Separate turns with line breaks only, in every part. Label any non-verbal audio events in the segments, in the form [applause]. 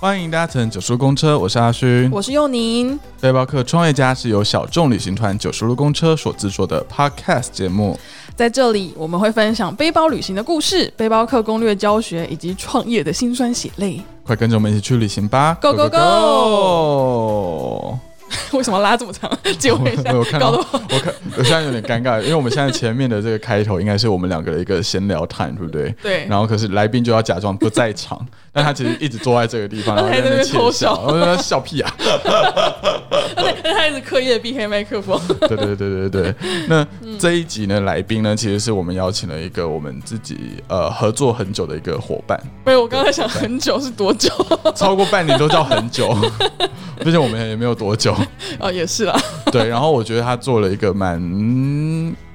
欢迎大家乘九叔公车，我是阿勋。
我是佑宁，
背包客创业家是由小众旅行团九叔路公车所制作的 Podcast 节目。
在这里我们会分享背包旅行的故事、背包客攻略教学以及创业的辛酸血泪。 [laughs]
快跟着我们一起去旅行吧
Go, go,
go！
为什么拉这么长？ [laughs] 结尾一下
[laughs] 我我看，到
搞得我
我看我现在有点尴尬，因为我们现在前面的这个开头应该是我们两个的一个闲聊探，对不对？
对
然后可是来宾就要假装不在场， [laughs] 但他其实一直坐在这个地
[laughs]
方，然后
他还
在
在
那
那
边
边
窃
偷
笑，
笑
[laughs] 我说笑屁
[laughs]
啊！
但他一直刻意的避开麦克风。
对对对对对。那这一集呢，来宾呢，其实是我们邀请了一个我们自己呃合作很久的一个伙伴，
没有，我刚才想很久是多久？ [laughs]
超过半年都叫很久， [laughs] 毕竟我们也没有多久。
哦，也是啦。
对，然后我觉得他做了一个蛮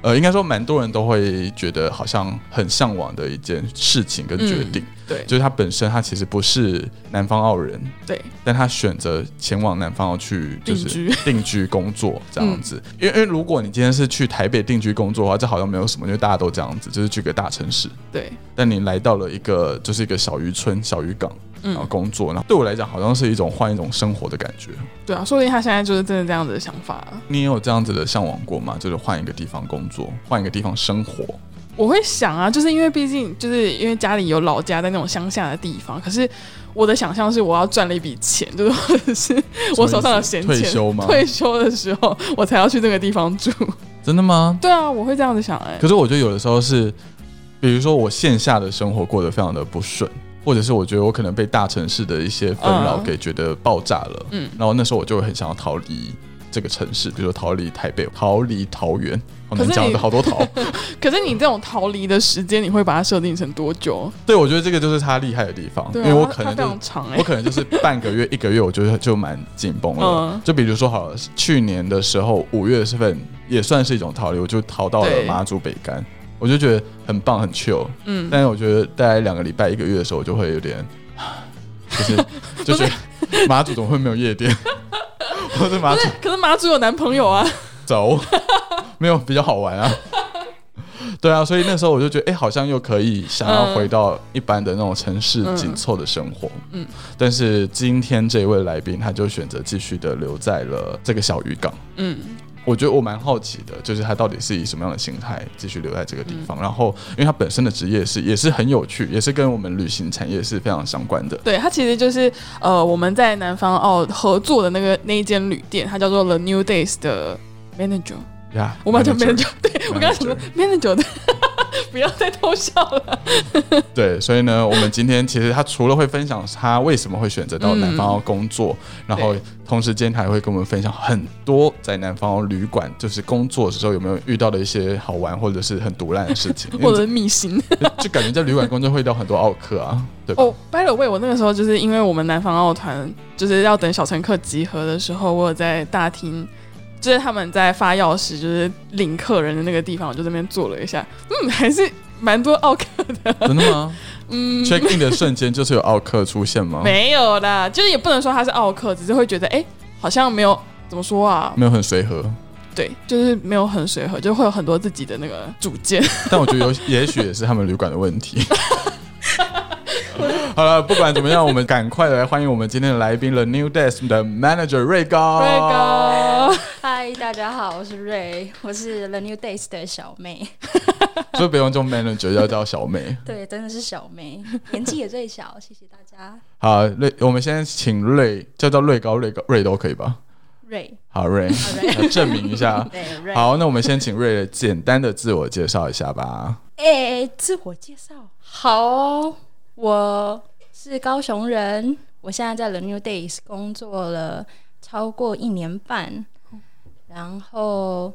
呃，应该说蛮多人都会觉得好像很向往的一件事情跟决定，
嗯对
就是他本身他其实不是南方澳人，
对，
但他选择前往南方澳去就是
定居嗯
定居工作这样子，因为因为如果你今天是去台北定居工作的话，这好像没有什么，因为大家都这样子，就是去个大城市。
对，
但你来到了一个就是一个小渔村、小渔港，
嗯
然后工作，然后对我来讲好像是一种换一种生活的感觉。
对啊，说不定他现在就是真的这样子的想法。
你也有这样子的向往过吗？就是换一个地方工作，换一个地方生活。
我会想啊，就是因为毕竟就是因为家里有老家在那种乡下的地方，可是我的想象是我要赚了一笔钱，就是或者是我手上有闲钱，
退休吗
退休的时候我才要去这个地方
[laughs]
住。
真的吗？
对啊，我会这样子想哎、
可是我觉得有的时候是，比如说我线下的生活过得非常的不顺，或者是我觉得我可能被大城市的一些纷扰
嗯
给觉得爆炸了，嗯
嗯，
然后那时候我就会很想要逃离这个城市，比如说逃离台北，逃离桃园，好难
可是
讲
你
的好多
[laughs]
逃。
可是你这种逃离的时间，你会把它设定成多久？
对，我觉得这个就是他厉害的地方，
对
因
啊，
为我
它
可能
它非
就
常长哎、
我可能就是半个月、一个月，我觉得就蛮紧绷了。
嗯
就比如说，好了，去年的时候五月份也算是一种逃离，我就逃到了
对
马祖北干，我就觉得很棒、很 chill。
嗯，
但是我觉得大概两个礼拜、一个月的时候，我就会有
[laughs]
点，就是就觉得马祖怎么会没有夜店， [laughs] 或者马祖
可是马祖有男朋友啊，
走， [laughs] 没有比较好玩啊。 [laughs] 对啊，所以那时候我就觉得，哎、好像又可以想
嗯
要回到一般的那种城市紧凑的生活。嗯，
嗯
但是今天这位来宾，他就选择继续的留在了这个小渔港。
嗯，
我觉得我蛮好奇的，就是他到底是以什么样的心态继续留在这个
嗯
地方。然后，因为他本身的职业是也是很有趣，也是跟我们旅行产业是非常相关的。
对，它其实就是呃我们在南方澳合作的那个那一间旅店，它叫做 The New Days 的 manager。
呀、
我马上
manager
manager，对我刚刚想说 manager 的， [laughs] 不要再偷笑了。
对，所以呢，我们今天其实他除了会分享他为什么会选择到
嗯
南方澳工作，然后
对
同时间他还会跟我们分享很多在南方澳旅馆就是工作的时候有没有遇到的一些好玩或者是很毒烂的事
[laughs]
情，因
我
为
的秘辛
就就感觉在旅馆工作会遇到很多奥克
[laughs]
啊，对吧？
哦、b y the way，我那个时候就是因为我们南方澳团就是要等小乘客集合的时候，我有在大厅，就是他们在发钥匙，就是领客人的那个地方，我就这边坐了一下，嗯，还是蛮多奥客的，
真的吗
嗯，
？check in 的瞬间就是有奥克出现吗？
没有啦，就是也不能说他是奥客，只是会觉得哎、好像没有怎么说啊，
没有很随和，
对，就是没有很随和，就会有很多自己的那个主见。
但我觉得有，也许也是他们旅馆的问题。 [laughs] 好了，不管怎么样，我们赶快来欢迎我们今天的来宾了，New Desk 的 Manager 瑞高。
瑞哥。
嗨，大家好，我是瑞，我是 The New Days 的小妹。
所以不用叫 manager，要叫小妹。
对，真的是小妹，年纪也最小。谢谢大家，
好，瑞，我们先请瑞，叫叫瑞高、瑞高、瑞都可以吧？
瑞，
好，瑞，
瑞
来证明一 [laughs] 下。
对，瑞。
好，那我们先请瑞简单的自我介绍一下吧。
哎、自我介绍，好哦、我是高雄人，我现在在 The New Days 工作了超过一年半，然后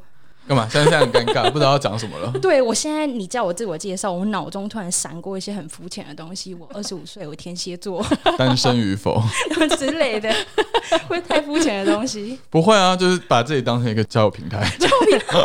干嘛？现在现在很尴尬，不知道要讲什么了。
对我现在你叫我自我介绍，我脑中突然闪过一些很肤浅的东西。我二十五岁，我天蝎座 [laughs]
单身与否？
之类的，会太肤浅的东西。
不会啊，就是把自己当成一个交友平台。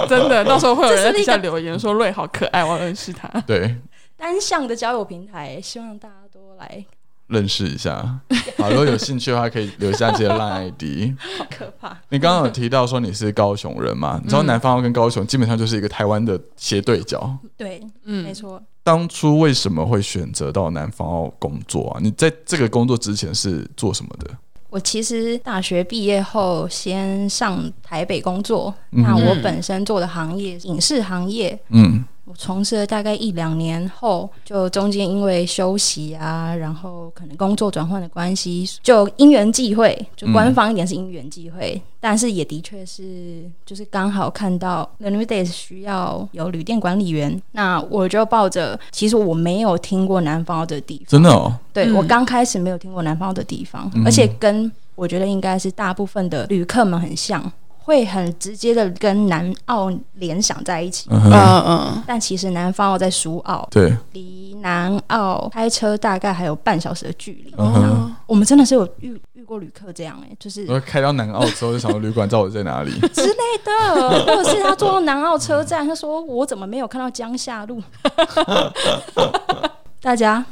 真的，到时候会有人在底
这是
下
一个
留言说瑞好可爱，我要认识他。
对，
单向的交友平台，希望大家多来
认识一下。 [laughs] 好，如果有兴趣的话，可以留下自己的烂 ID。
好可怕。
你刚刚有提到说你是高雄人嘛？
嗯
你知道南方澳跟高雄基本上就是一个台湾的斜对角。
对，没
嗯，
错。
当初为什么会选择到南方澳工作啊？你在这个工作之前是做什么的？
我其实大学毕业后先上台北工作，
嗯
那
哼
我本身做的行业影视行业，
嗯
我从事了大概一两年后，就中间因为休息啊，然后可能工作转换的关系，就因缘际会，就官方一点是因缘际会，但是也的确是就是刚好看到 The New Days 需要有旅店管理员，那我就抱着其实我没有听过南方的地方，
真的哦，
对、
嗯
我刚开始没有听过南方的地方，
嗯
而且跟我觉得应该是大部分的旅客们很像，会很直接的跟南澳联想在一起。
嗯
嗯
哼，
嗯
但其实南方澳哦在苏澳，
对，
离南澳开车大概还有半小时的距离。
嗯哼。
哦
我们真的是有遇遇过旅客这样哎、就是
我开到南澳之后，就想说旅馆知道我在哪里。
之类的，或者是他坐到南澳车站，他说我怎么没有看到江夏路？ [laughs] 大家，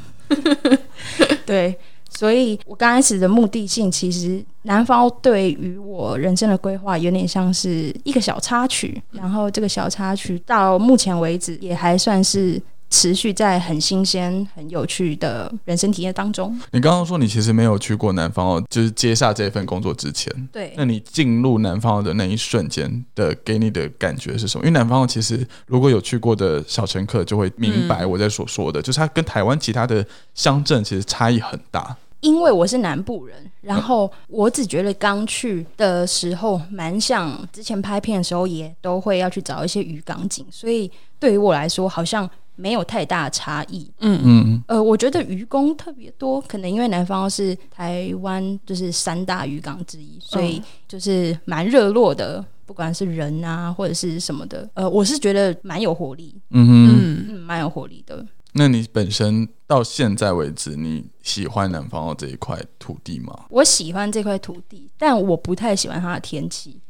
对，所以我刚开始的目的性，其实南方对于我人生的规划有点像是一个小插曲，然后这个小插曲到目前为止也还算是。持续在很新鲜、很有趣的人生体验当中，
你刚刚说你其实没有去过南方澳，就是接下这份工作之前，
对
那你进入南方澳的那一瞬间的给你的感觉是什么？因为南方澳其实如果有去过的小乘客就会明
嗯
白我在所说的，就是它跟台湾其他的乡镇其实差异很大。
因为我是南部人，然后我只觉得刚去的时候蛮像之前拍片的时候，也都会要去找一些渔港景，所以对于我来说好像没有太大差异。
嗯
嗯，
呃，我觉得渔工特别多，可能因为南方是台湾就是三大渔港之一，所以就是蛮热络的，不管是人啊或者是什么的，呃，我是觉得蛮有活力，
嗯哼，
嗯，
嗯，蛮有活力的。
那你本身到现在为止，你喜欢南方澳这一块土地吗？
我喜欢这块土地，但我不太喜欢它的天气，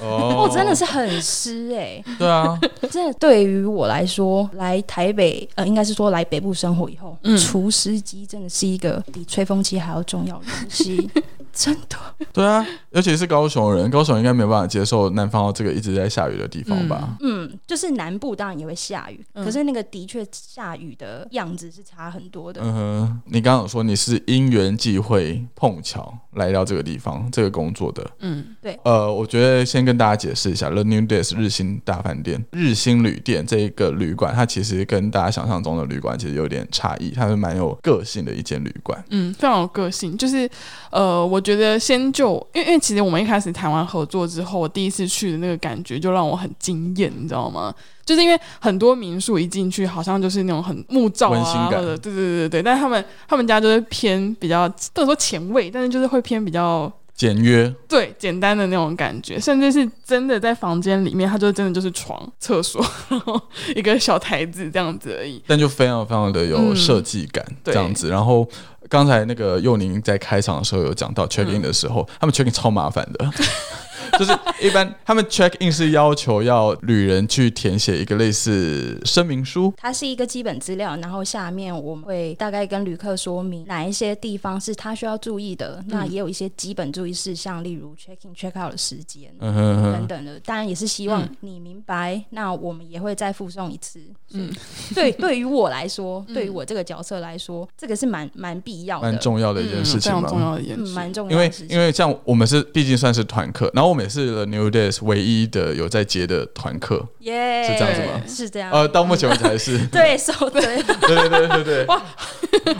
哦
哦，真的是很湿哎、
对
[laughs]
啊，
这对于我来说，来台北，呃，应该是说来北部生活以后，
嗯
除湿机真的是一个比吹风机还要重要的东西，真的。
对啊，尤其是高雄人，高雄应该没有办法接受南方澳这个一直在下雨的地方吧？
嗯，就是南部当然也会下雨，
嗯
可是那个的确下雨的样子是差很多的。
嗯哼，你刚刚有说你是因缘际会碰巧来到这个地方这个工作的，
嗯
呃，我觉得先跟大家解释一下，The New Days 日新大饭店、日新旅店这一个旅馆，它其实跟大家想象中的旅馆其实有点差异，它是蛮有个性的一间旅馆。
嗯，非常有个性。就是呃，我觉得先就因为因为其实我们一开始台湾合作之后，我第一次去的那个感觉就让我很惊艳，你知道吗？就是因为很多民宿一进去好像就是那种很木造
温馨
啊，
感
或者对对对对对，但是他们他们家就是偏比较不能说前卫，但是就是会偏比较
简约，
对简单的那种感觉，甚至是真的在房间里面，它就真的就是床、厕所，然后一个小台子这样子而已。
但就非常非常的有
嗯
设计感，这
对
样子。然后刚才那个佑宁在开场的时候有讲到 check in 的时候，
嗯
他们 check in 超麻烦的， [laughs] 就是一般他们 check in 是要求要旅人去填写一个类似声明书，
它是一个基本资料，然后下面我们会大概跟旅客说明哪一些地方是他需要注意的，那也有一些基本注意事项，例如 check in check out 的时间。
嗯哼
等
哼，
等的，当然也是希望
嗯
你明白。那我们也会再附送一次。
嗯
嗯，对， [laughs] 对于我来说，
嗯
对于我这个角色来说，这个是蛮蛮必要的，
蛮重要的一件
嗯，
事
非
情
常
嘛。
重要的一件
嗯，
事。
蛮重
因
要
为
的事情。
因为像我们是毕竟算是团课，然后我们也是 The New Days 唯一的有在接的团课，
耶，
是这样子吗
是这样。
啊
呃，到目前为止还是
对，手对，？
对对对对对， [laughs]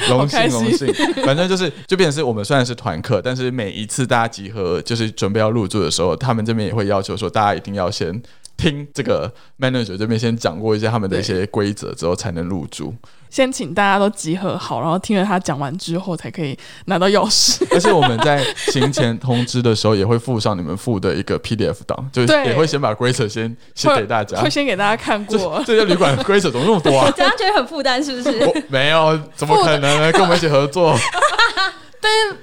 荣幸
开心
荣幸，反正就是就变成是我们虽然是团课，但是每一次大家集合就是准备要入住的时候，他们这边也会要求说大家一定要先。听这个 manager 这边先讲过一些他们的一些规则之后，才能入住。
先请大家都集合好，然后听了他讲完之后，才可以拿到钥匙。
而且我们在行前通知的时候，也会附上你们附的一个 PDF 档，就是
对
也会先把规则先先给大家
会。先给大家看
[laughs] 这
过。
这些旅馆的规则怎么那么多啊
[laughs]
这样觉得很负担，是不是？
我没有，怎么可能呢？跟我们一起合
[laughs]
作？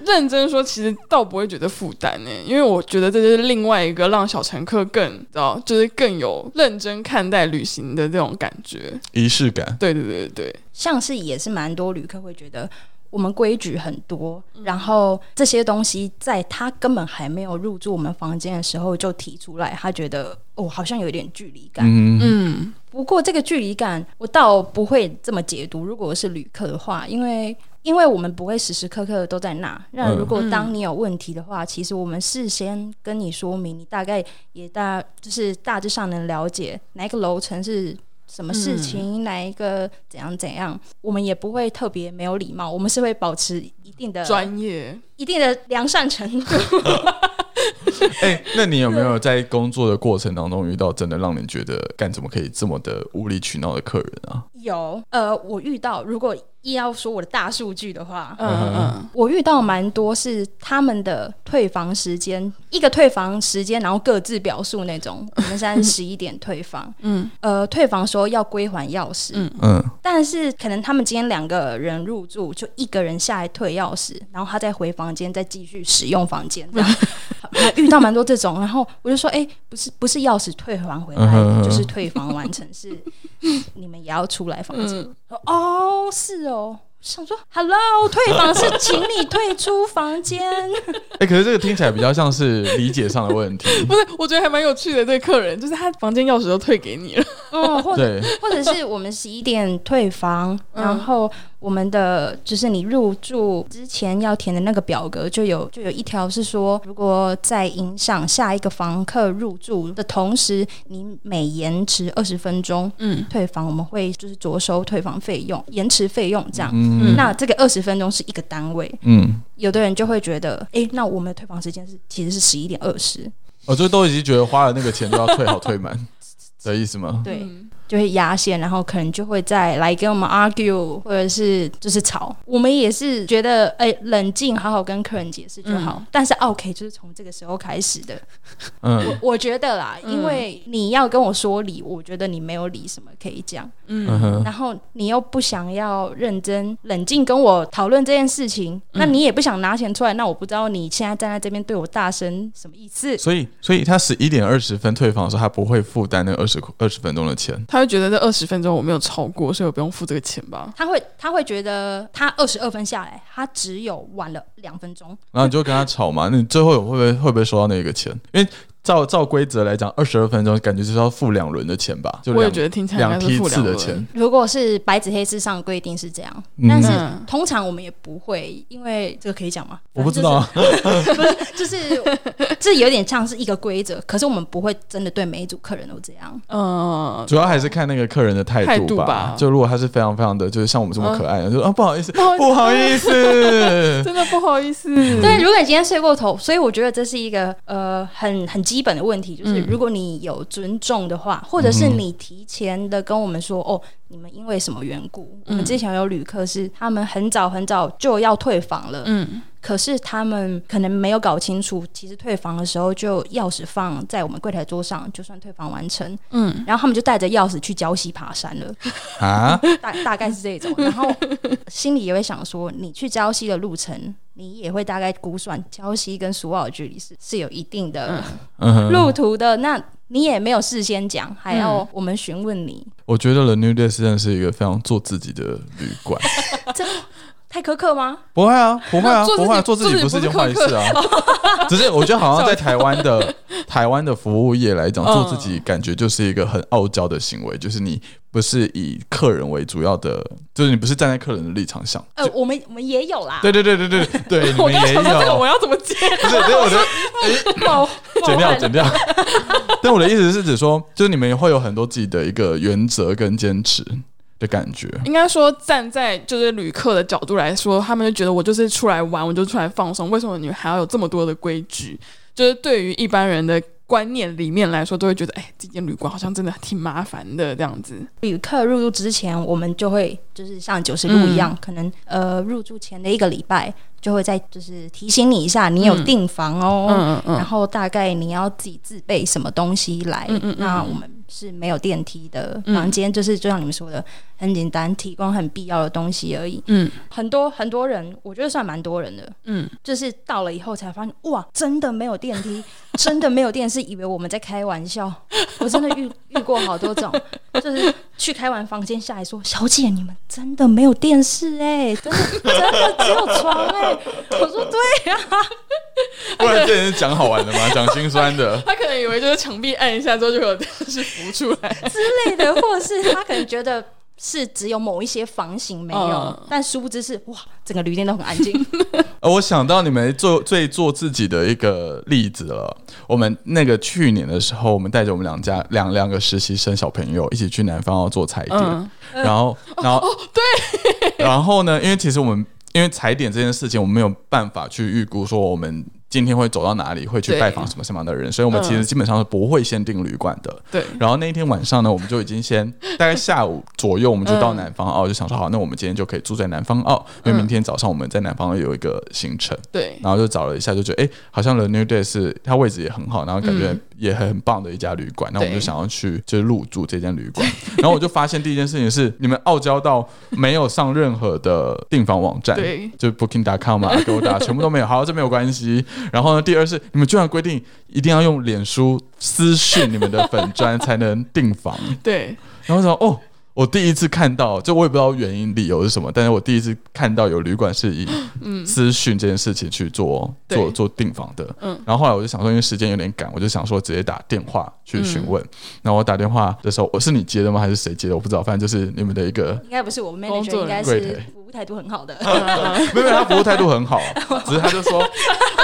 认真说，其实倒不会觉得负担呢，因为我觉得这就是另外一个让小乘客更你知道，就是更有认真看待旅行的这种感觉。
仪式感，
对对对对对，
像是也是蛮多旅客会觉得。我们规矩很多，
嗯
然后这些东西在他根本还没有入住我们房间的时候就提出来，他觉得哦，好像有一点距离感。
嗯，
嗯，
不过这个距离感，我倒不会这么解读。如果我是旅客的话，因为因为我们不会时时刻刻都在那。那
嗯
如果当你有问题的话，其实我们事先跟你说明，你大概也大就是大致上能了解哪一个楼层是什么事情，
嗯
哪一个怎样怎样。我们也不会特别没有礼貌，我们是会保持一定的
专业，
一定的良善程度。 [laughs]
[laughs] 哎、那你有没有在工作的过程当中遇到真的让你觉得干怎么可以这么的无理取闹的客人啊？
有呃，我遇到如果硬要说我的大数据的话，
嗯嗯
我遇到蛮多是他们的退房时间，一个退房时间，然后各自表述那种。我们现在十一点
[laughs]
退房，
嗯
呃，退房说要归还钥匙，
嗯
嗯，
但是可能他们今天两个人入住，就一个人下来退钥匙，然后他再回房间再继续使用房间，这样
嗯
还遇到蛮多这种。然后我就说，哎、不是不是钥匙退还回来，
嗯哼哼
就是退房完成，是你们也要出来房间。
嗯，
说哦，是哦。想说，Hello，退
[laughs]
房是请你退出房间。
哎、可是这个听起来比较像是理解上的问题，
[laughs]
不是，我觉得还蛮有趣的。这个客人就是他房间钥匙都退给你了，
嗯，或者
对，
或者是我们十一点退房，
嗯
然后我们的就是你入住之前要填的那个表格，就有就有一条是说，如果在影响下一个房客入住的同时，你每延迟二十分钟
嗯
退房，我们会就是着收退房费用、延迟费用这样。
嗯
那这个二十分钟是一个单位，
嗯，
有的人就会觉得，诶，那我们的退房时间是其实是十一点二十，
我哦就都已经觉得花了那个钱都要退好退
[laughs]
满的意思吗？
对，就会压线，然后可能就会再来跟我们 argue，或者是就是吵。我们也是觉得，诶，冷静，好好跟客人解释就好。
嗯
但是啊 OK，就是从这个时候开始的，
嗯
我觉得啦，
嗯
因为你要跟我说理，我觉得你没有理什么可以讲，
嗯
嗯
哼，
然后你又不想要认真冷静跟我讨论这件事情，那你也不想拿钱出来，那我不知道你现在站在这边对我大声什么意思。
所以所以他十一点二十分退房的时候，他不会负担那二十二十分钟的钱。
他会觉得这二十分钟我没有超过，所以我不用付这个钱吧？
他会他会觉得他二十二分下来，他只有晚了两分钟。
然后你就跟他吵嘛，那你最后有会不会会不会收到那个钱？因为照照规则来讲，二十二分钟感觉就是要付两轮的钱吧，就
我也
两
觉得听起来应
两
该是
批
付
次
两
的
轮
钱，。
如果是白纸黑字上的规定是这样，
嗯
但是
嗯
通常我们也不会，因为这个可以讲吗？
我不知道啊，
反正就是，就是 [laughs] 这有点像是一个规则，可是我们不会真的对每一组客人都这样。
嗯，
主要还是看那个客人的态
态
度
度
吧。
吧
就如果他是非常非常的，就是像我们这么可爱的，就说啊不好意思，不
不
好
好
意
意 [laughs]
思，
真的不好意思，
对，如果你今天睡过头，所以我觉得这是一个呃很很基本的问题，就是
嗯
如果你有尊重的话，或者是
嗯
你提前的跟我们说，哦，你们因为什么缘故？我们
嗯
之前有旅客是他们很早很早就要退房了，
嗯
可是他们可能没有搞清楚，其实退房的时候就钥匙放在我们柜台桌上，就算退房完成，
嗯，
然后他们就带着钥匙去礁溪爬山了， [laughs]
啊，
大大概是这种。然后心里也会想说，你去礁溪的路程，你也会大概估算礁溪跟苏澳的距离是是有一定的
嗯嗯哼，
路途的，那你也没有事先讲，还要我们询问你，
我觉得 The New Day 真的是一个非常做自己的旅馆。
这太苛刻吗？
不会啊，不会啊，
做
不
自己
会、啊，做自己不
做自己
是一件坏
不是
事啊。只是我觉得好像在台湾的台湾的服务业来讲，
嗯
做自己感觉就是一个很傲娇的行为，就是你不是以客人为主要的，就是你不是站在客人的立场想。
呃，我们我们也有啦，
对
[laughs]
对对对对对， [laughs] 你
我
们
刚
也
想说这个
有
我，要怎么接？
不是，对，我觉得
冒
[laughs] 剪
冒
掉，
汗
剪 [laughs] 掉。但我的意思是指说，就是你们会有很多自己的一个原则跟坚持的感觉。
应该说，站在就是旅客的角度来说，他们就觉得我就是出来玩，我就出来放松，为什么你们还要有这么多的规矩？就是对于一般人的观念里面来说，都会觉得，哎，这间旅馆好像真的挺麻烦的这样子。
旅客入住之前，我们就会就是像九十
嗯
路一样，可能呃入住前的一个礼拜就会再就是提醒你一下，你有订房哦，
嗯嗯
然
嗯
后大概你要自己自备什么东西来，哎
嗯嗯嗯
那我们是没有电梯的
嗯
房间，就是就像你们说的，很简单，提供很必要的东西而已。
嗯
很多很多人，我觉得算蛮多人的，
嗯，
就是到了以后才发现，哇，真的没有电梯，真的没有电视，以为我们在开玩笑。我真的遇遇过好多种，就是去开完房间下来说，小姐，你们真的没有电视哎、真的真的只有床哎、我说对啊呀、
[laughs] 不然这人是讲好玩的 [laughs] 吗？讲心酸的。
他可能以为就是墙壁按一下之后就会有电视浮出来，
之类的，或者是他可能觉得。是只有某一些房型没有，
嗯
但殊不知是哇，整个旅店都很安静。
呃，我想到你们做最做自己的一个例子了。我们那个去年的时候，我们带着我们两家两两个实习生小朋友一起去南方要做踩点，
嗯
然后，然后、对，然后呢？因为其实我们因为踩点这件事情，我们没有办法去预估说我们今天会走到哪里，会去
对
拜访什么什么样的人，所以我们其实基本上是不会限定旅馆的。
对，
然后那一天晚上呢，我们就已经先大概下午左右，我们就到南方澳，就想说好，那我们今天就可以住在南方澳，因为明天早上我们在南方澳有一个行程。
对，
然后就找了一下，就觉得哎、诶好像 The New Day 是它位置也很好，然后感觉也很棒的一家旅馆。那、我们就想要去就是入住这间旅馆， [laughs] 然后我就发现第一件事情是，你们傲娇到没有上任何的订房网站，
对
就是 Booking.com 啊、Agoda 全部都没有。好，这没有关系。然后呢，第二是你们居然规定一定要用脸书私讯你们的粉砖才能订房，
对，
然后我想哦。我第一次看到，就我也不知道原因理由是什么，但是我第一次看到有旅馆是 [gasps] 以
嗯
资讯这件事情去做
对
做做订房的。
嗯
然后后来我就想说，因为时间有点赶，我就想说直接打电话去询
嗯
问。然后我打电话的时候，我是你接的吗？还是谁接的？我不知道，反正就是你们的一
[laughs]
个。
应该不是我们
工
manager，
作
应
人
该
员柜
是
台
服务态度很好的，
嗯
没有，没有他服务态度
[laughs]
很好，只是他就说，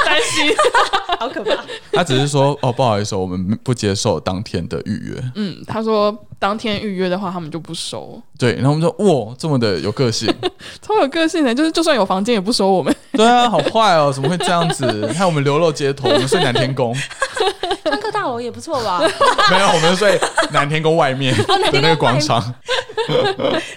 担心，
[laughs] 好可怕。
他只是说，哦，不好意思，我们不接受当天的预约。
嗯，他说当天预约的话，他们就不收，
对，然后我们说，哇，这么的有个
[laughs]
性，
超有个性的，就是就算有房间也不收我们，
对啊，好坏哦，怎么会这样子？害我们流落街头，我们睡南天宫，
上课大楼也不错吧？
[laughs] 没有，我们睡南天宫外面
哦
的那个广场。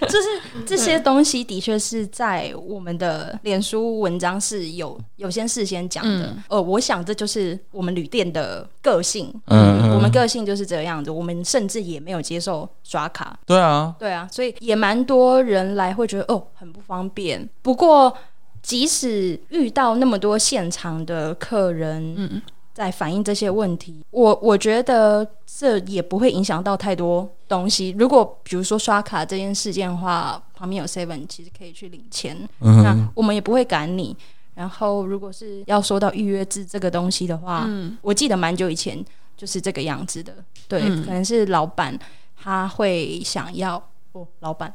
就是这些东西的确是在我们的脸书文章是有有先事先讲的。呃，我想这就是我们旅店的个性，
嗯嗯
我们个性就是这样子。我们甚至也没有接受刷卡，
对啊，
对啊，所以也蛮多人来会觉得哦很不方便。不过即使遇到那么多现场的客人，
嗯
在反映这些问题，我我觉得这也不会影响到太多东西。如果比如说刷卡这件事件的话，旁边有 Seven，其实可以去领钱，
嗯
那，我们也不会赶你。然后如果是要说到预约制这个东西的话，
嗯
我记得蛮久以前就是这个样子的，对，
嗯
可能是老板他会想要哦，老板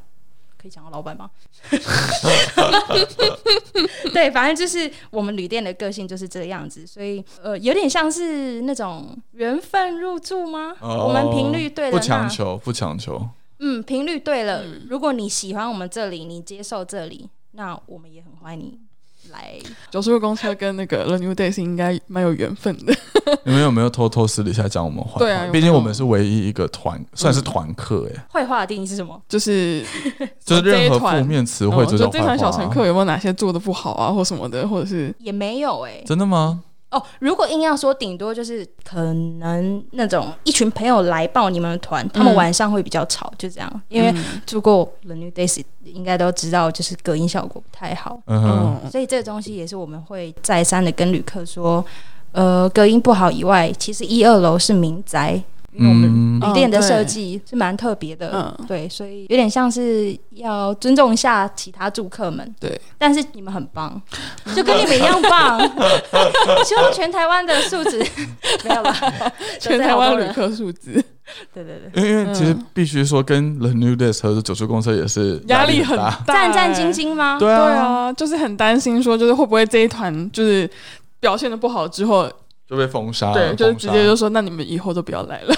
可以讲到老板吗？ [laughs] 对，反正就是我们旅店的个性就是这样子，所以呃，有点像是那种缘分入住吗？
哦
我们频率对了，
不
那
强求，不强求。
嗯，频率对了。如果你喜欢我们这里，你接受这里，那我们也很欢迎你来。
九十路公车跟那个 The New Days 应该蛮有缘分的，
你们有没有偷偷私底下讲我们坏
对啊
话？
有没有嗯
毕竟我们是唯一一个团，算是团客哎，
坏话的定义是什么？
就是
就是任
这
何
一团
负面词
哦
汇
就
叫
这团
坏
小
话
乘
啊。
客有没有哪些做的不好啊，或什么的，或者是
也没有哎、
真的吗？
哦，如果硬要说，顶多就是可能那种一群朋友来报你们的团，他们
嗯
晚上会比较吵，就这样。因为
嗯
住过 The New Days，应该都知道，就是隔音效果不太好。
嗯
哦
哼，
所以这个东西也是我们会再三的跟旅客说，呃，隔音不好以外，其实一二楼是民宅，因为我们
嗯，
哦
旅店的设
对
计是蛮特别的，
嗯
对，所以有点像是要尊重一下其他住客们，
对。
但是你们很棒，就跟你们一样 [laughs] 棒，希望全台湾的素质 [laughs] 没有了，
全
得罪
台
好多
湾旅
人，
客数字，
对对对，
因为因为其实
嗯
必须说，跟 The New Days 合作九出公车也是
压力
力
很
大。
大，欸
战战兢。兢吗？
对
对
啊，
啊，就是很担心说，就是会不会这一团就是表现的不好之后，
就被封杀，
对，就是直接
啊封
就说，那你们以后都不要来了。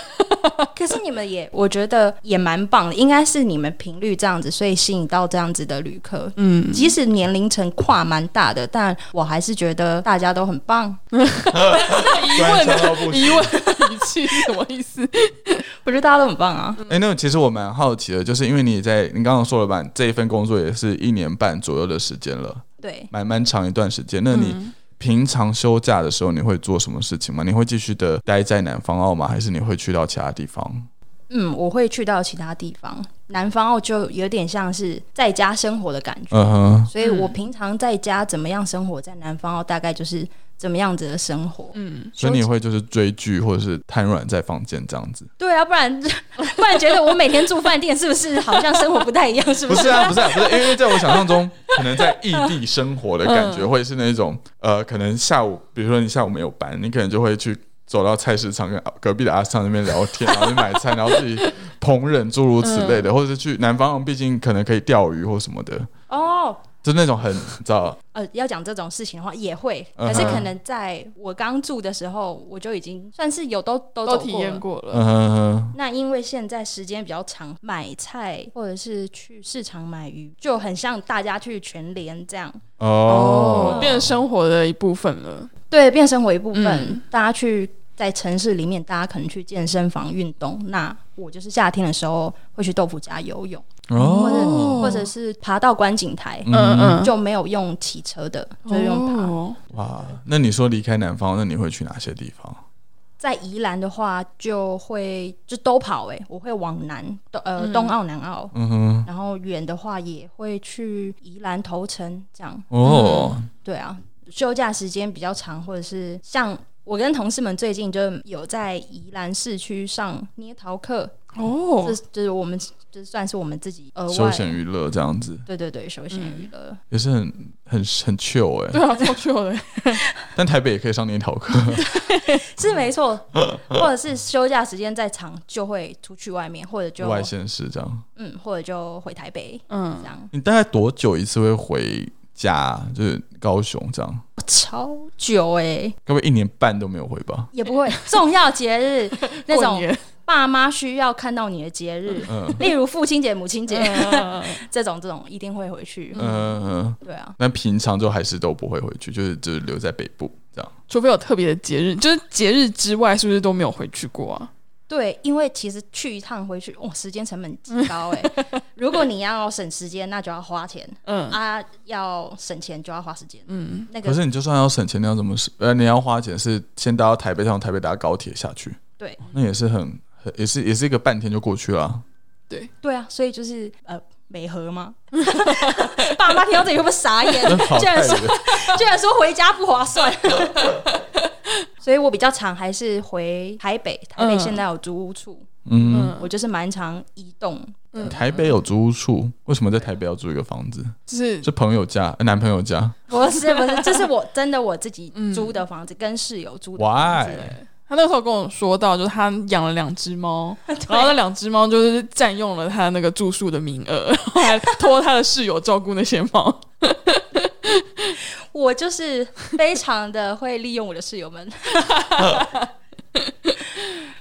可是你们也，我觉得也蛮棒的，应该是你们频率这样子，所以吸引到这样子的旅客。
嗯，
即使年龄层跨蛮大的，但我还是觉得大家都很棒。
疑
端
问
详到不行
疑问语气是什么意思？
我觉得大家都很棒啊。
杀。哎，那其实我蛮好奇的，就是因为你也在你刚刚说了吧，这一份工作也是一年半左右的时间了，
对，
蛮蛮长一段时间。
嗯
那你平常休假的时候，你会做什么事情吗？你会继续的待在南方澳吗？还是你会去到其他地方？
嗯，我会去到其他地方。南方澳就有点像是在家生活的感觉，
嗯哼，
所以我平常在家怎么样生活，在南方澳大概就是怎么样子的生活。
嗯，
所以你会就是追剧或者是瘫软在房间这样子？
对啊，不然 [laughs] 不然觉得我每天住饭店是不是好像生活不太一样？是
[laughs] 不
是？
是啊，不是啊，不是，因为在我想象中，可能在异地生活的感觉会是那种，呃，可能下午，比如说你下午没有班，你可能就会去走到菜市场跟隔壁的阿桑那边聊天，然后去买菜，然后自己烹饪，诸如此类的，或者是去南方，毕竟可能可以钓鱼或什么的，
哦，
就那种很，你知道，
呃，要讲这种事情的话也会，
嗯
可是可能在我刚住的时候，我就已经算是有都都
都
走
体
过
验
了。
过了。
嗯哼哼，
那因为现在时间比较长，买菜或者是去市场买鱼，就很像大家去全联这样，
哦，
变成生活的一部分了。
对，变生活一部分。
嗯
大家去在城市里面，大家可能去健身房运动。那我就是夏天的时候会去豆腐家游泳，或者
哦，
或者是爬到观景台，
嗯
嗯
就没有用骑车的，就是用爬。
哦
哇，那你说离开南方，那你会去哪些地方？
在宜兰的话，就会就都跑哎、欸我会往南，东呃、
嗯
东澳、南澳，
嗯哼，
然后远的话也会去宜兰头城这样。
哦，
对啊，休假时间比较长，或者是像我跟同事们最近就有在宜兰市区上捏陶课，这
哦，
就是我们这算是我们自己额
休
外
闲娱乐嗯这样子
对对对休闲娱乐。
也是很很很 chill 哎、
对啊，超 Q 的。
但台北也可以上那一条课。
是没错，或者是休假时间再长就会出去外面，或者就
外县市这样。
嗯，或者就回台北这
嗯，
样。
你大概多久一次会回家？就是高雄这样，
超久哎、
该不会一年半都没有回吧？
也不会重要节日
[laughs]
那
过
种
年
爸妈需要看到你的节日， [laughs]
嗯
例如父亲节、母亲节、
嗯
这种，这种一定会回去。
嗯嗯嗯，
对啊，
那平常就还是都不会回去，就是就是留在北部这样。
除非有特别的节日，就是节日之外，是不是都没有回去过啊？
对，因为其实去一趟回去，哇、时间成本极
[laughs]
高哎、如果你要省时间，那就要花钱
嗯
啊；要省钱就要花时间。
嗯，
那
可
个
是你就算要省钱，你要怎么省？呃，你要花钱是先搭到台北，再从台北搭高铁下去，
对
那也是很很也是也是一个半天就过去了
[laughs]
啊。
对啊，所以就是呃，美
[laughs]
和吗？爸妈听到这里会不会傻眼？
真跑
居
太
然说
远，
居然说回家不划算。 [laughs] 所以我比较常还是回台北，台北
嗯
现在有租屋处，
[laughs] 嗯，
嗯，
我就是蛮常移动。
台北有租屋处，为什么在台北要租一个房子？
就是
是朋友家，呃男朋友家
不是不是，这是我真的我自己
嗯
租的房子，跟室友租的房子。
？Why？
他那个时候跟我说到，就是他养了两只猫，然后那两只猫就是占用了他那个住宿的名额， [laughs] 然后还托他的室友照顾那些猫。
我就是非常的会利用我的室友们。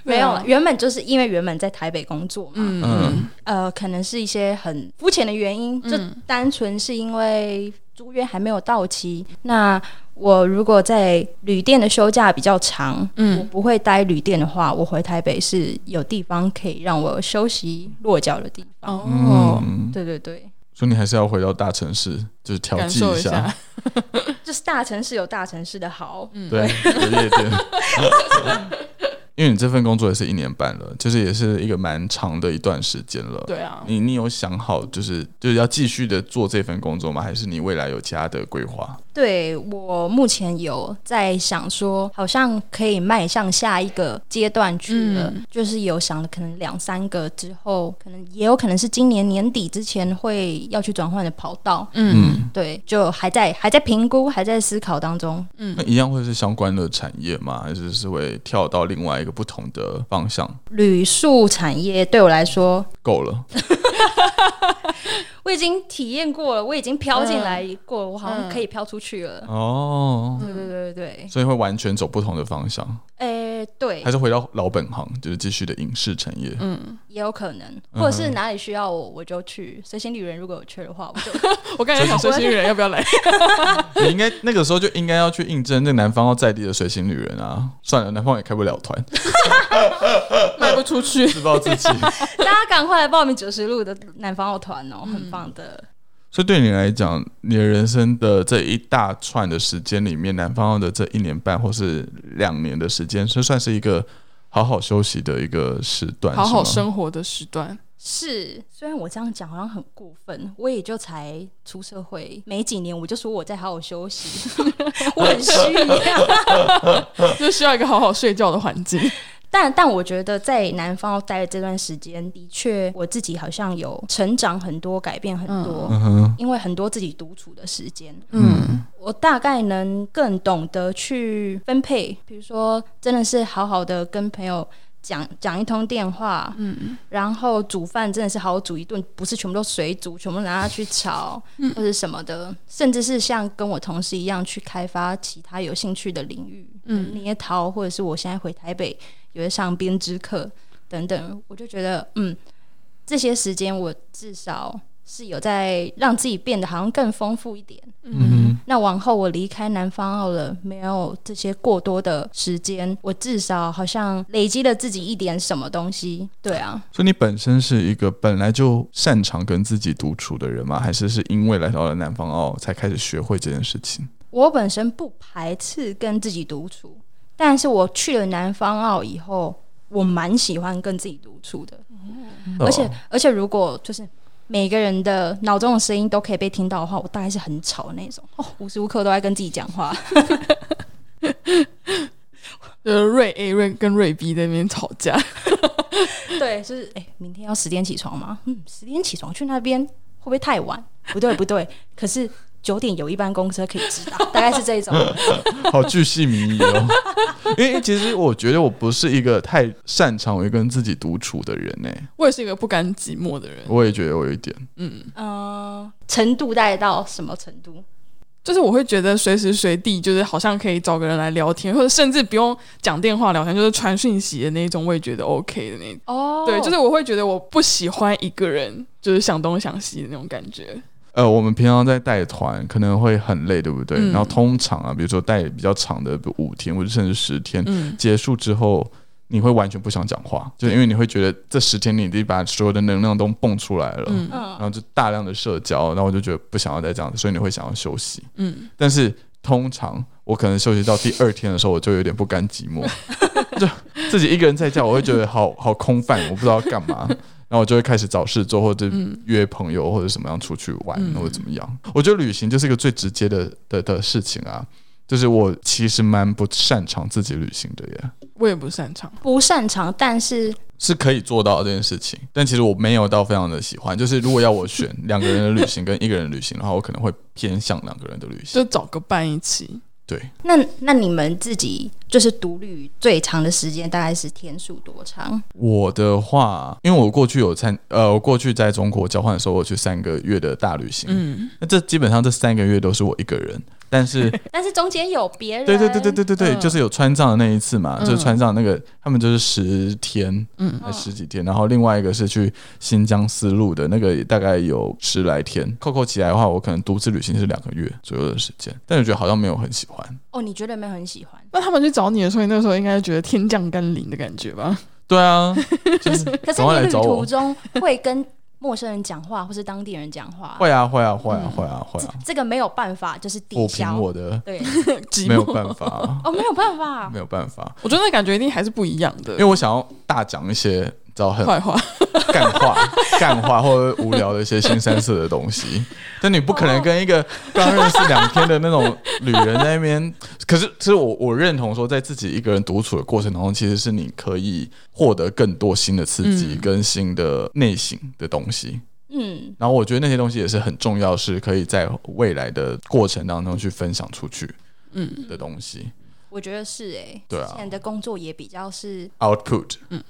没有啊，原本就是因为原本在台北工作嘛，
嗯
嗯
嗯
呃，可能是一些很肤浅的原因，就单纯是因为租约还没有到期。那我如果在旅店的休假比较长，我
嗯
不会待旅店的话，我回台北是有地方可以让我休息落脚的地方。
哦，
嗯，
对对对，
所以你还是要回到大城市，就是调
感
剂
受
一
一
下
下，
就是大城市有大城市的好，
嗯
对，有夜店。 [laughs] 因为你这份工作也是一年半了，就是也是一个蛮长的一段时间了。
对啊，
你你有想好就是就是要继续的做这份工作吗？还是你未来有其他的规划？
对我目前有在想说，好像可以迈向下一个阶段去了，
嗯
就是有想了可能两三个之后，可能也有可能是今年年底之前会要去转换的跑道。
嗯
嗯，
对，就还在还在评估，还在思考当中。
那一样会是相关的产业吗？还是是会跳到另外一个不同的方向？
旅宿产业对我来说，
够了，
我已经体验过了，我已经飘进来过了，我好像可以飘出去了。
哦，
对对对对，
所以会完全走不同的方向，
诶、对
还，是回到老本行，就是继续的影视产业。
嗯，
也有可能，或者是哪里需要我，我就去。随心旅人如果有缺的话，我就
我刚才想说，新人要不要来？
你应该那个时候就应该要去应征那南方要在地的随行旅人啊！算了，南方也开不了团，
[laughs] 卖不出去，
自暴自弃。
大家赶快来报名九十路的南方奥团哦，很棒的。
[laughs] 所以对你来讲，你的人生的这一大串的时间里面，南方的这一年半或是两年的时间，这算是一个好好休息的一个时段，
[laughs] 好好
是吗
生活的时段。
是，虽然我这样讲好像很过分，我也就才出社会没几年，我就说我在好好休息，我很虚呀。
[laughs] 就需要一个好好睡觉的环境。
但但我觉得在南方待的这段时间，的确我自己好像有成长很多，改变很多，
嗯哼，
因为很多自己独处的时间，
嗯，
我大概能更懂得去分配，比如说真的是好好的跟朋友。讲讲一通电话，嗯，然后煮饭真的是好好煮一顿，不是全部都水煮，全部拿它去炒、或者什么的，甚至是像跟我同事一样去开发其他有兴趣的领域，嗯，捏陶，或者是我现在回台北有在上编织课等等，我就觉得，嗯，这些时间我至少是有在让自己变得好像更丰富一点。
嗯
那往后我离开南方澳了，没有这些过多的时间，我至少好像累积了自己一点什么东西。对啊，
哼，所以你本身是一个本来就擅长跟自己独处的人吗？还是是因为来到了南方澳才开始学会这件事情？
我本身不排斥跟自己独处，但是我去了南方澳以后，我蛮喜欢跟自己独处的。而且
哦
而且，如果就是每个人的脑中的声音都可以被听到的话，我大概是很吵的那种，哦，无时无刻都在跟自己讲话。
就是瑞 A 瑞跟瑞 B 在那边吵架， [laughs]
[laughs] 对，就是哎、明天要十点起床吗？嗯，十点起床去那边会不会太晚？不对不对， [laughs] 可是九点有一班公车可以 [laughs] 直达，大概是这一种。
[laughs] 好巨细靡遗
[laughs]
哦。因为其实我觉得我不是一个太擅长于跟自己独处的人呢、
我也是一个不甘寂寞的人，
我也觉得我有一点，
嗯、程度大概到什么程度？
就是我会觉得随时随地就是好像可以找个人来聊天，或者甚至不用讲电话聊天，就是传讯息的那一种，我也觉得 OK 的那种。
哦
对，就是我会觉得我不喜欢一个人，就是想东想西的那种感觉。
呃，我们平常在带团可能会很累，对不对？
嗯
然后通常啊，比如说带比较长的五天或者甚至十天，
嗯，
结束之后，你会完全不想讲话，就是因为你会觉得这十天你已经把所有的能量都蹦出来了，
嗯
然
嗯，
后就大量的社交，然后我就觉得不想要再这样子，所以你会想要休息。
嗯，
但是通常我可能休息到第二天的时候，我就有点不甘寂寞， [laughs] 就自己一个人在家，我会觉得好好空泛，我不知道要干嘛。然后我就会开始找事做，或者约朋友，或者什么样出去玩，
嗯
或者怎么样。我觉得旅行就是一个最直接的的的事情啊，就是我其实蛮不擅长自己旅行的耶，
我也不擅长。
不擅长，但是
是可以做到这件事情，但其实我没有到非常的喜欢。就是如果要我
[laughs]
选两个人的旅行跟一个人旅行的话，我可能会偏向两个人的旅行。
就找个伴一起，
对，
那那你们自己就是独旅最长的时间大概是天数多长？
我的话，因为我过去有参，呃，我过去在中国交换的时候，我去三个月的大旅行，
嗯，
那这基本上这三个月都是我一个人，但
[laughs]
是
但是中间有别人，
对对对对对对对，
嗯
就是有川藏的那一次嘛，
嗯
就是川藏那个他们就是十天，嗯，还十几天，然后另外一个是去新疆丝路的那个也大概有十来天，扣扣起来的话，我可能独自旅行是两个月左右的时间，但是觉得好像没有很喜欢。
哦，你绝对没有很喜欢，
那他们去找你的时候，你那时候应该觉得天降甘霖的感觉吧？ [laughs]
对啊，就是
可是
赶
你
快来
旅
找
途
我。
中会跟陌生人讲话，或是当地人讲话，
会啊会啊会
嗯
啊会啊会啊，
这个没有办法，就是抵
抚平
消。
我的
对，
寂
没有
寞，
办法，
[laughs] 哦，没有办法，
没有办法，
我觉得那感觉一定还是不一样的
因为。我想要大讲一些你知道很
坏话，
干话、 [laughs] 干话或者无聊的一些新三色的东西。但你不可能跟一个刚认识两天的那种女人在那边。可是，其实我我认同说，在自己一个人独处的过程当中，其实是你可以获得更多新的刺激
嗯
跟新的内省的东西。
嗯，
然后，我觉得那些东西也是很重要，是可以在未来的过程当中去分享出去
嗯，
的东西。
我觉得是哎、
对啊
之前的工作也比较是，
Output，
嗯、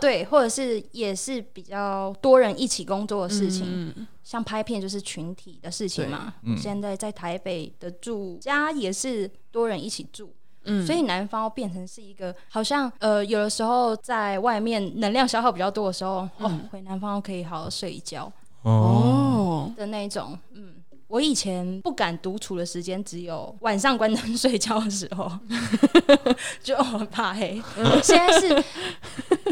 对，或者是也是比较多人一起工作的 [laughs] 事情，
嗯，
像拍片就是群体的事情嘛。
对嗯
我现在在台北的住家也是多人一起住，
嗯
所以南方变成是一个好像呃，有的时候在外面能量消耗比较多的时候，哦，回南方可以好好睡一觉
哦，
哦，
的那一种，嗯。我以前不敢独处的时间只有晚上关灯睡觉的时候， [laughs] 就哦很怕黑。现在是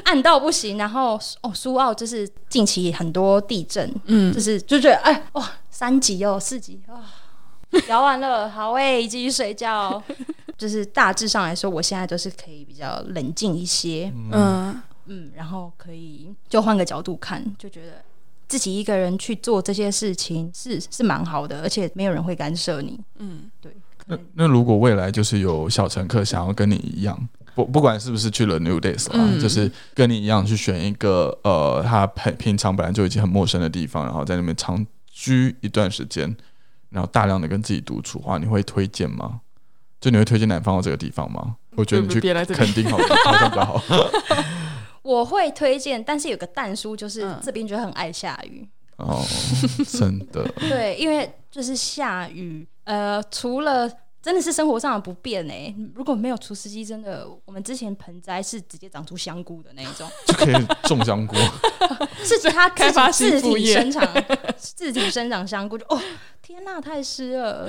暗到不行，然后哦，苏澳就是近期很多地震，
嗯
就，是就觉得哎欸 [laughs] 哇，三级哦，四级啊、哦，摇完了，好诶、继续睡觉。就是大致上来说，我现在都是可以比较冷静一些，
嗯
嗯，然后可以就换个角度看，就觉得自己一个人去做这些事情是是蛮好的，而且没有人会干涉你。
嗯，
对，
那那如果未来就是有小乘客想要跟你一样，不不管是不是去了 New Days 啦，
嗯
就是跟你一样去选一个呃，他平平常本来就已经很陌生的地方，然后在那边长居一段时间，然后大量的跟自己独处的话，你会推荐吗？就你会推荐南方到这个地方吗？我觉得你
别
去
别来这
肯
边，
定 [laughs] 好，好像比较好。
我会推荐，但是有个但书就是、
嗯
这边就很爱下 [laughs] 雨，
哦，真的，
对，因为就是下雨，呃，除了真的是生活上的不便呢、如果没有除湿机，真的我们之前盆栽是直接长出香菇的那一 [laughs] 种，
就可以种香菇。
是它
开发新
自
副
体
业
生 [laughs] 长，自体生长香菇就哦，天呐，太湿了，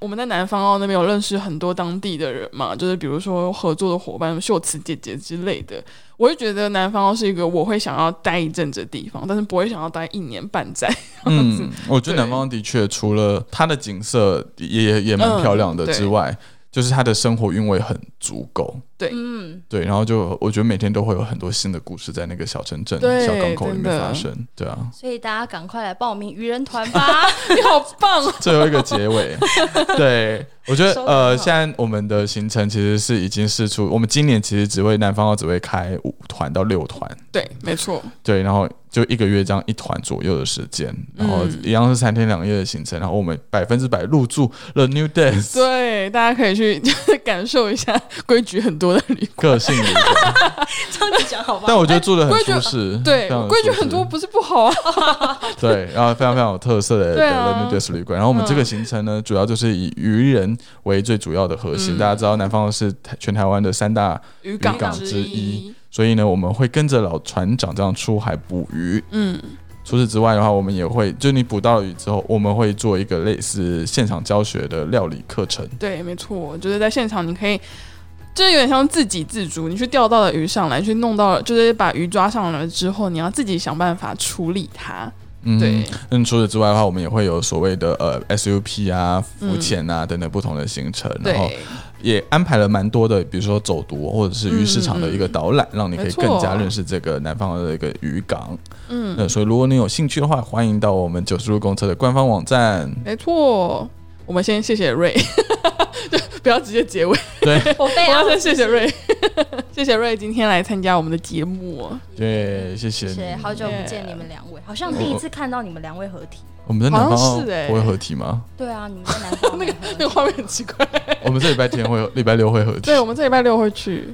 我们在南方澳那边有认识很多当地的人嘛，就是比如说合作的伙伴秀慈姐姐之类的。我会觉得南方澳是一个我会想要待一阵子的地方，但是不会想要待一年半载。 [laughs]
嗯，我觉得
对
南方的确除了它的景色也也也蛮漂亮的
嗯对
之外，就是它的生活韵味很足够。
嗯。
对，然后就我觉得每天都会有很多新的故事在那个小城镇、
对
小港口里
真
面
的
发生。对啊，
所以大家赶快来报名愚人团吧！
[laughs] 你好棒哦！
最后一个结
[laughs]
尾，对我觉得
收得
呃，
很好
现在我们的行程其实是已经试出，我们今年其实只会南方澳只会开五团到六团，
对，没
[laughs]
错，
对，然后就一个月这样一团左右的时间，然后
嗯
一样是三天两夜的行程，然后我们百分之百入住了 New Days
对，大家可以去 [laughs] 就是感受一下规矩很多的
[laughs]
旅馆。
个性旅
[laughs]
馆，
[laughs] 这样子讲好吧？
但我觉得住的很
哎规矩
舒适，
对
非常，地
规矩
舒适
很多，不是不好
[laughs]
啊。
对，然后非常非常有特色的
对
的
啊
New Days 旅馆。然后我们这个行程呢，主要就是以渔人为最主要的核心。
嗯
大家知道南方是台全台湾的三大，
渔
港
港
之
之
一，所以呢，我们会跟着老船长这样出海捕鱼。
嗯，
除此之外的话，我们也会，就你捕到了鱼之后，我们会做一个类似现场教学的料理课程。
对，没错，就是在现场你可以，就是有点像自给自足，你去钓到的鱼上来，去弄到，就是把鱼抓上来之后，你要自己想办法处理它。
嗯
对，
嗯，除此之外的话，我们也会有所谓的呃 SUP 啊、浮
嗯
潜啊、等等不同的行程，然后
对，
也安排了蛮多的，比如说走读或者是鱼市场的一个导览，让你可以更加认识这个南方的一个渔港。
嗯，
那所以如果你有兴趣的话，欢迎到我们九十路公车的官方网站。
没错。我们先谢谢瑞， [laughs] 就不要直接结尾，
对
我
[laughs]
被
我
啊
要先谢谢瑞， [laughs] 谢谢瑞今天来参加我们的节目哦，
对，谢谢
谢谢，
你。
好久不见你们两位，好像第一次看到你们两位合体。
我们在南
好像
方
是欸
不会合体吗？
对啊， [laughs] 你们在南方那
那个画面很奇怪。
我们这礼拜天会，礼拜六会合体
对，。我们这礼拜六会去，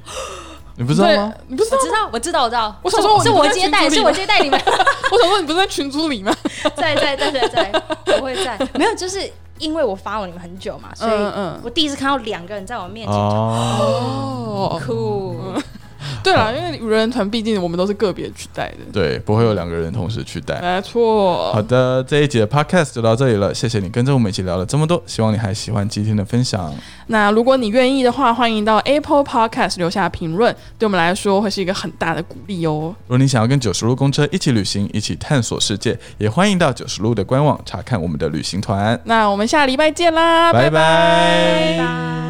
你不知道啊吗？
对？你不知道啊
我？知道，我知道，我知道。
我想说
是
你
我
不在
接
群
待，
组
是
里
我
吗
接待你们， [laughs]
我想说你不是在群组里吗？
在在在在在，我会在。没有，就是因为我发了你们很久嘛，所
[laughs] 嗯
以
嗯。
我第一次看到两个人在我面前，
哦，
哦，
酷，
对了，因为五人团毕竟我们都是个别取代的，
对，不会有两个人同时去带。
没错。
哎好的，这一集的 podcast 就到这里了，谢谢你跟着我们一起聊了这么多，希望你还喜欢今天的分享。
那如果你愿意的话，欢迎到 Apple Podcast 留下评论，对我们来说会是一个很大的鼓励哦。
如果你想要跟九十路公车一起旅行，一起探索世界，也欢迎到九十路的官网查看我们的旅行团。
那我们下礼拜见啦，
拜
拜
拜
拜拜。